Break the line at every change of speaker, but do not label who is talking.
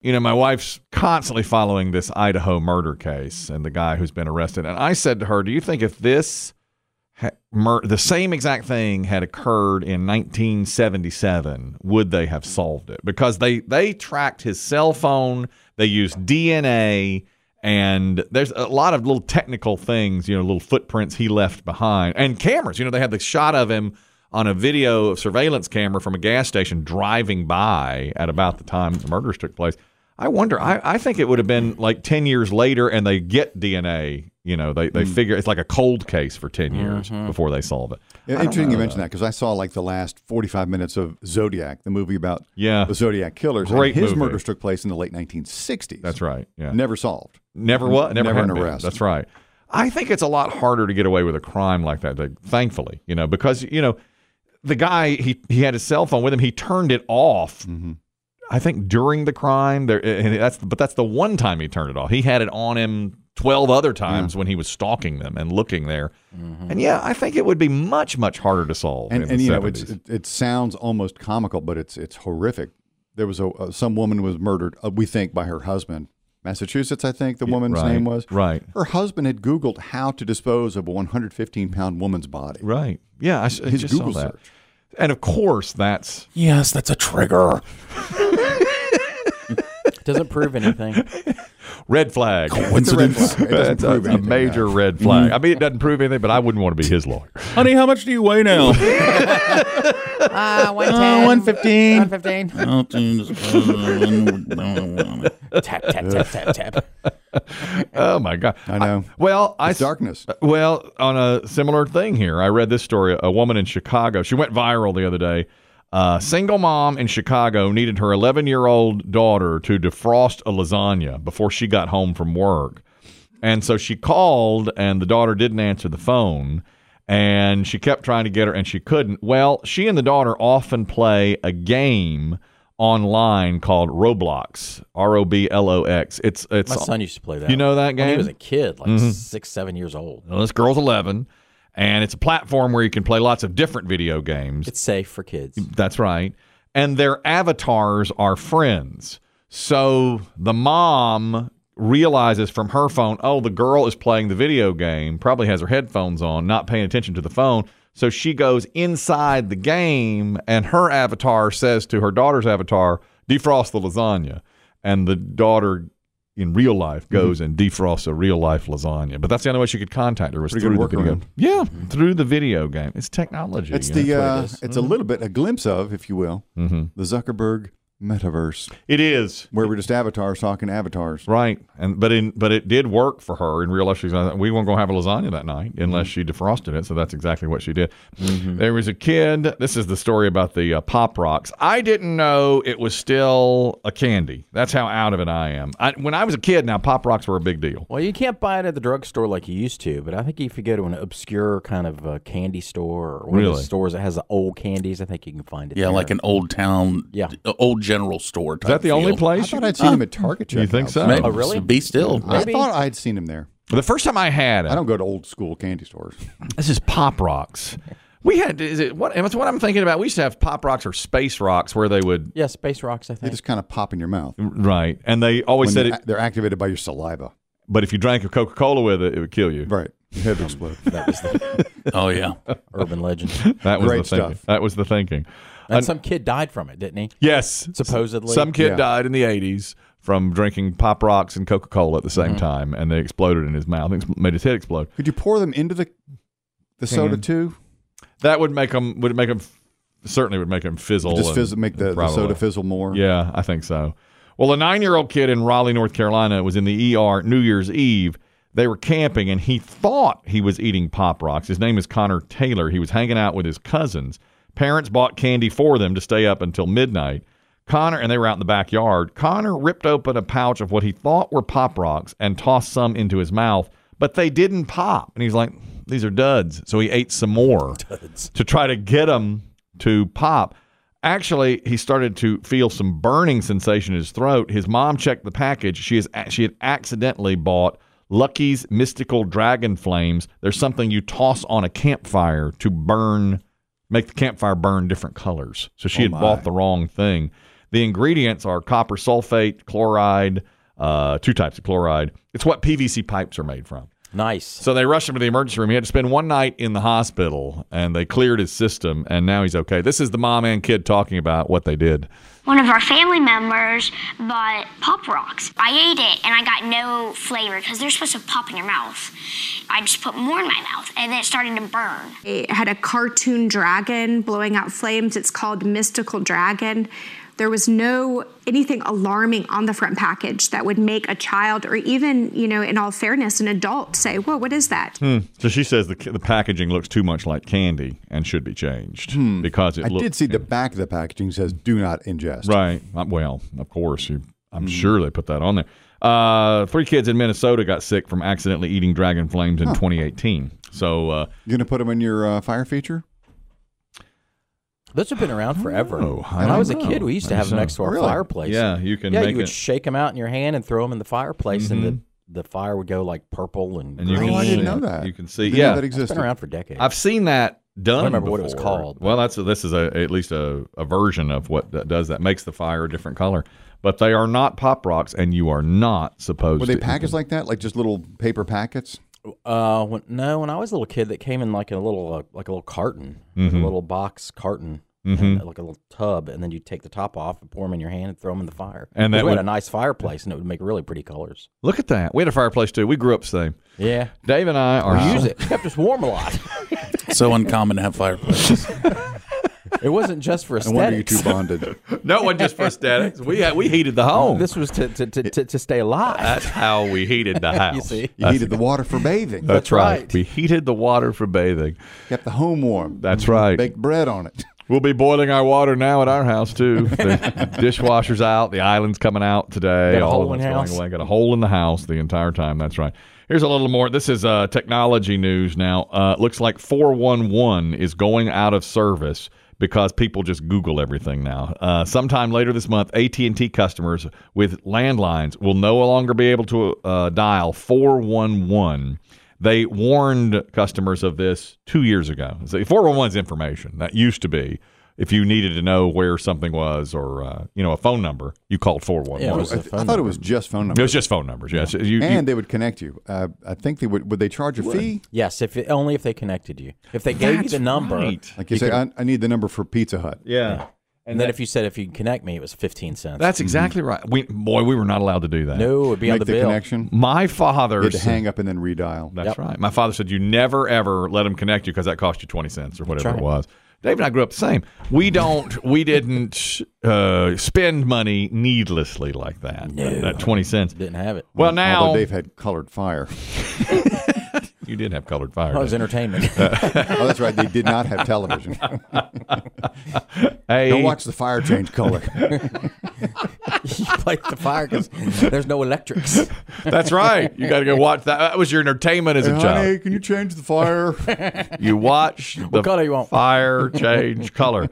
you know, my wife's constantly following this Idaho murder case and the guy who's been arrested. And I said to her, "Do you think if this ha- mur- the same exact thing had occurred in 1977, would they have solved it? Because they they tracked his cell phone, they used DNA, and there's a lot of little technical things, you know, little footprints he left behind, and cameras. You know, they had the shot of him." on a video of surveillance camera from a gas station driving by at about the time the murders took place. I wonder. I, I think it would have been like ten years later, and they get DNA. You know, they they figure it's like a cold case for ten years before they solve it.
Yeah, interesting you mentioned that because I saw like the last 45 minutes of Zodiac, the movie about
Yeah.
the Zodiac killers. and
Great
his
movie.
murders took place in the late 1960s.
That's right. Yeah.
Never solved.
Never was. Never,
Never Mm-hmm.
had
an
been.
arrest.
That's right. I think it's a lot harder to get away with a crime like that. like, thankfully, you know, because you know, the guy he he had his cell phone with him. He turned it off.
Mm-hmm.
I think during the crime. There, and that's but that's the one time he turned it off. He had it on him twelve other times when he was stalking them and looking there. And yeah, I think it would be much much harder to solve.
Mm-hmm. And,
in
and
the
you
70s.
know, it's, it, it sounds almost comical, but it's it's horrific. There was a uh, some woman was murdered, uh, we think, by her husband. Massachusetts, I think the woman's
right,
name was.
right.
Her husband had Googled how to dispose of a 115 pound woman's body.
right. Yeah, I, s- I
His
just
Google
saw that.
search.
And of course, that's
Yes, that's a trigger.
Doesn't prove anything.
Red flag.
Coincidence. It doesn't
That's
prove
a,
anything,
major
Matt.
red flag. I mean, it doesn't prove anything, but I wouldn't want to be his lawyer.
Honey, how much do you weigh now?
Ah, 110.
Oh, 115.
115. tap, tap, tap, tap, tap.
Oh my god!
I know.
well, I
It's darkness.
Uh, Well, on a similar thing here, I read this story. A woman in Chicago. She went viral the other day. Uh, single mom in Chicago needed her 11 year old daughter to defrost a lasagna before she got home from work. And so she called, and the daughter didn't answer the phone. And she kept trying to get her, and she couldn't. Well, she and the daughter often play a game online called Roblox. R O B L O X. It's it's
My son used to play that.
You know that
When he
game? Mm-hmm.
was a kid, like six, seven years old.
Well, this girl's 11, and it's a platform where you can play lots of different video games.
It's safe for kids.
That's right. And their avatars are friends. So the mom realizes from her phone, oh, the girl is playing the video game, probably has her headphones on, not paying attention to the phone. So she goes inside the game, and her avatar says to her daughter's avatar, defrost the lasagna. And the daughter in real
Mm-hmm.
life goes and defrosts a real life lasagna. But that's the only way she could contact her was
Pretty good
through the video.
workaround.
Yeah, through the video game. It's technology.
It's
you know?
the uh,
is.
it's a
Mm-hmm.
little bit a glimpse of, if you will, the Zuckerberg metaverse
it is.
where we're just avatars talking avatars.
Right, and but in but it did work for her in real life. She's like, we weren't going to have a lasagna that night
Mm-hmm.
unless she defrosted it. So that's exactly what she did. There was a kid. This is the story about the uh, pop rocks. I didn't know it was still a candy. That's how out of it I am. I, when I was a kid, now pop rocks were a big deal.
Well, you can't buy it at the drugstore like you used to, but I think if you go to an obscure kind of uh, candy store or one of
Really?
those stores that has the old candies, I think you can find it.
Yeah,
there.
like an old town,
Yeah.
uh, old general store.
Is that the only
I
place?
thought I'd seen him at Target.
you think
checkouts.
so?
Maybe.
Oh, really?
Be still.
I
Maybe.
thought I'd seen him there.
The first time I had it,
I don't go to old school candy stores.
This is Pop Rocks. We had is it what? It's what I'm thinking about. We used to have Pop Rocks or Space Rocks where they would
Yeah, Space Rocks, I
They
think.
just kind of pop in your mouth.
right, and they always
When
said
they're,
it.
they're activated by your saliva.
But if you drank a Coca Cola with it, it would kill you.
Right. Your head would explode.
That was the
Oh, yeah.
urban legend.
That was
Great
the thinking.
stuff.
That was the thinking.
And some kid died from it, didn't he?
Yes,
Supposedly.
some kid
Yeah.
died in the '80s from drinking Pop Rocks and Coca Cola at the
Mm-hmm.
same time, and they exploded in his mouth. It made his head explode.
Could you pour them into the the soda
Can.
too?
That would make him. Would make him. Certainly would make him fizzle.
Just
and-
fizz, make the, the
probably.
soda fizzle more.
Yeah, I think so. Well, a nine year old kid in Raleigh, North Carolina was in the ER New Year's Eve. They were camping and he thought he was eating Pop Rocks. His name is Connor Taylor. He was hanging out with his cousins. Parents bought candy for them to stay up until midnight. Connor, and they were out in the backyard. Connor ripped open a pouch of what he thought were Pop Rocks and tossed some into his mouth, but they didn't pop. And he's like, these are duds. So he ate some more to try to get them to pop. Actually, he started to feel some burning sensation in his throat. His mom checked the package. She is she had accidentally bought Lucky's Mystical Dragon Flames. There's something you toss on a campfire to burn, make the campfire burn different colors. So she had bought the wrong thing. The ingredients are copper sulfate, chloride, uh, two types of chloride. It's what PVC pipes are made from.
Nice.
So they rushed him to the emergency room. He had to spend one night in the hospital, and they cleared his system, and now he's okay. This is the mom and kid talking about what they did.
One of our family members bought Pop Rocks. I ate it and I got no flavor because they're supposed to pop in your mouth. I just put more in my mouth and then it started to burn.
It had a cartoon dragon blowing out flames. It's called Mystical Dragon. There was no anything alarming on the front package that would make a child or even, you know, in all fairness, an adult say, "Whoa, what is that?"
So she says the, the packaging looks too much like candy and should be changed because it
I
looks.
did see the back of the packaging says "Do not ingest."
Right. Uh, Well, of course, you, I'm sure they put that on there. Uh, three kids in Minnesota got sick from accidentally eating dragon flames in 2018. So uh,
You gonna put them in your uh, fire feature?
Those have been around forever.
know. Oh, I
when I
don't
was
know.
a kid, we used to
Maybe
have them
so.
next to our
Really?
fireplace.
yeah, you can
yeah,
make
you would
it.
shake them out in your hand and throw them in the fireplace, and the, the fire would go like purple and,
Mm-hmm. and you
green.
can
Oh, I
see
didn't know
it.
that.
You can see.
Didn't know
yeah,
that
It's been
existed.
around for decades.
I've seen that done.
I don't remember what it was
before.
called, but-
Well, that's this is a, at least a, a version of what that does that makes the fire a different color. But they are not pop rocks, and you are not supposed
Were they
to.
packaged like that, like just little paper packets?
uh, when, no, when I was a little kid, that came in like a little uh, like a little carton, like
Mm-hmm.
a little box carton. and, uh, like a little tub, and then you take the top off and pour them in your hand and throw them in the fire.
And
'Cause
that
we
would-
had a nice fireplace, and it would make really pretty colors.
Look at that. We had a fireplace too. We grew up the same.
Yeah,
Dave and I are
use it. kept us warm a lot.
so uncommon to have fireplaces.
It wasn't just for
No wonder you two
aesthetics.
bonded.
No one just for aesthetics. We had, we heated the home.
This was to to, to, to, to stay alive.
That's how we heated the house.
see?
You heated the water for bathing.
That's right.
right.
We heated the water for bathing.
Kept the home warm.
That's right.
Baked bread on it.
We'll be boiling our water now at our house too. The dishwasher's out. The island's coming out today.
Got a
All
hole
of
in
that's
house.
going away. Got a hole in the house the entire time. That's right. Here's a little more. This is uh, technology news now. Uh, looks like 411 is going out of service because people just Google everything now. Uh, sometime later this month, AT&T customers with landlines will no longer be able to uh, dial 411. They warned customers of this two years ago. So 411 is information. That used to be if you needed to know where something was or uh, you know a phone number, you called 411.
Yeah, it
I,
was
I
the phone
thought it
number.
was just phone
It
numbers.
was just phone numbers. Yes, You- you-
and they would connect you. Uh, I think they would. Would they charge a fee?
Yes, if it, only if they connected you. If they gave you the number,
right.
Like you, say, I, I need the number for Pizza Hut.
yeah,
and then if you said if you can connect me, it was fifteen cents.
that's exactly right. We boy, we were not allowed to do that.
no, it would be on
Make
the,
the,
bill.
connection.
My father
You had to
said-
hang up and then redial.
That's right. My father said you never ever let them connect you because that cost you twenty cents or whatever it
right.
was. Dave and I grew up the same. We don't. we didn't uh, spend money needlessly like that. That, that twenty cents.
Didn't have it.
Well, now
Although Dave had colored fire.
you did have colored fire.
Well, it was
didn't
entertainment.
oh, that's right. They did not have television.
you? Hey,
Don't watch the fire change color.
you played the fire because there's no electrics.
that's right. You got to go watch that. That was your entertainment as a child.
can you change the fire?
You watch the
color you want?
fire change color.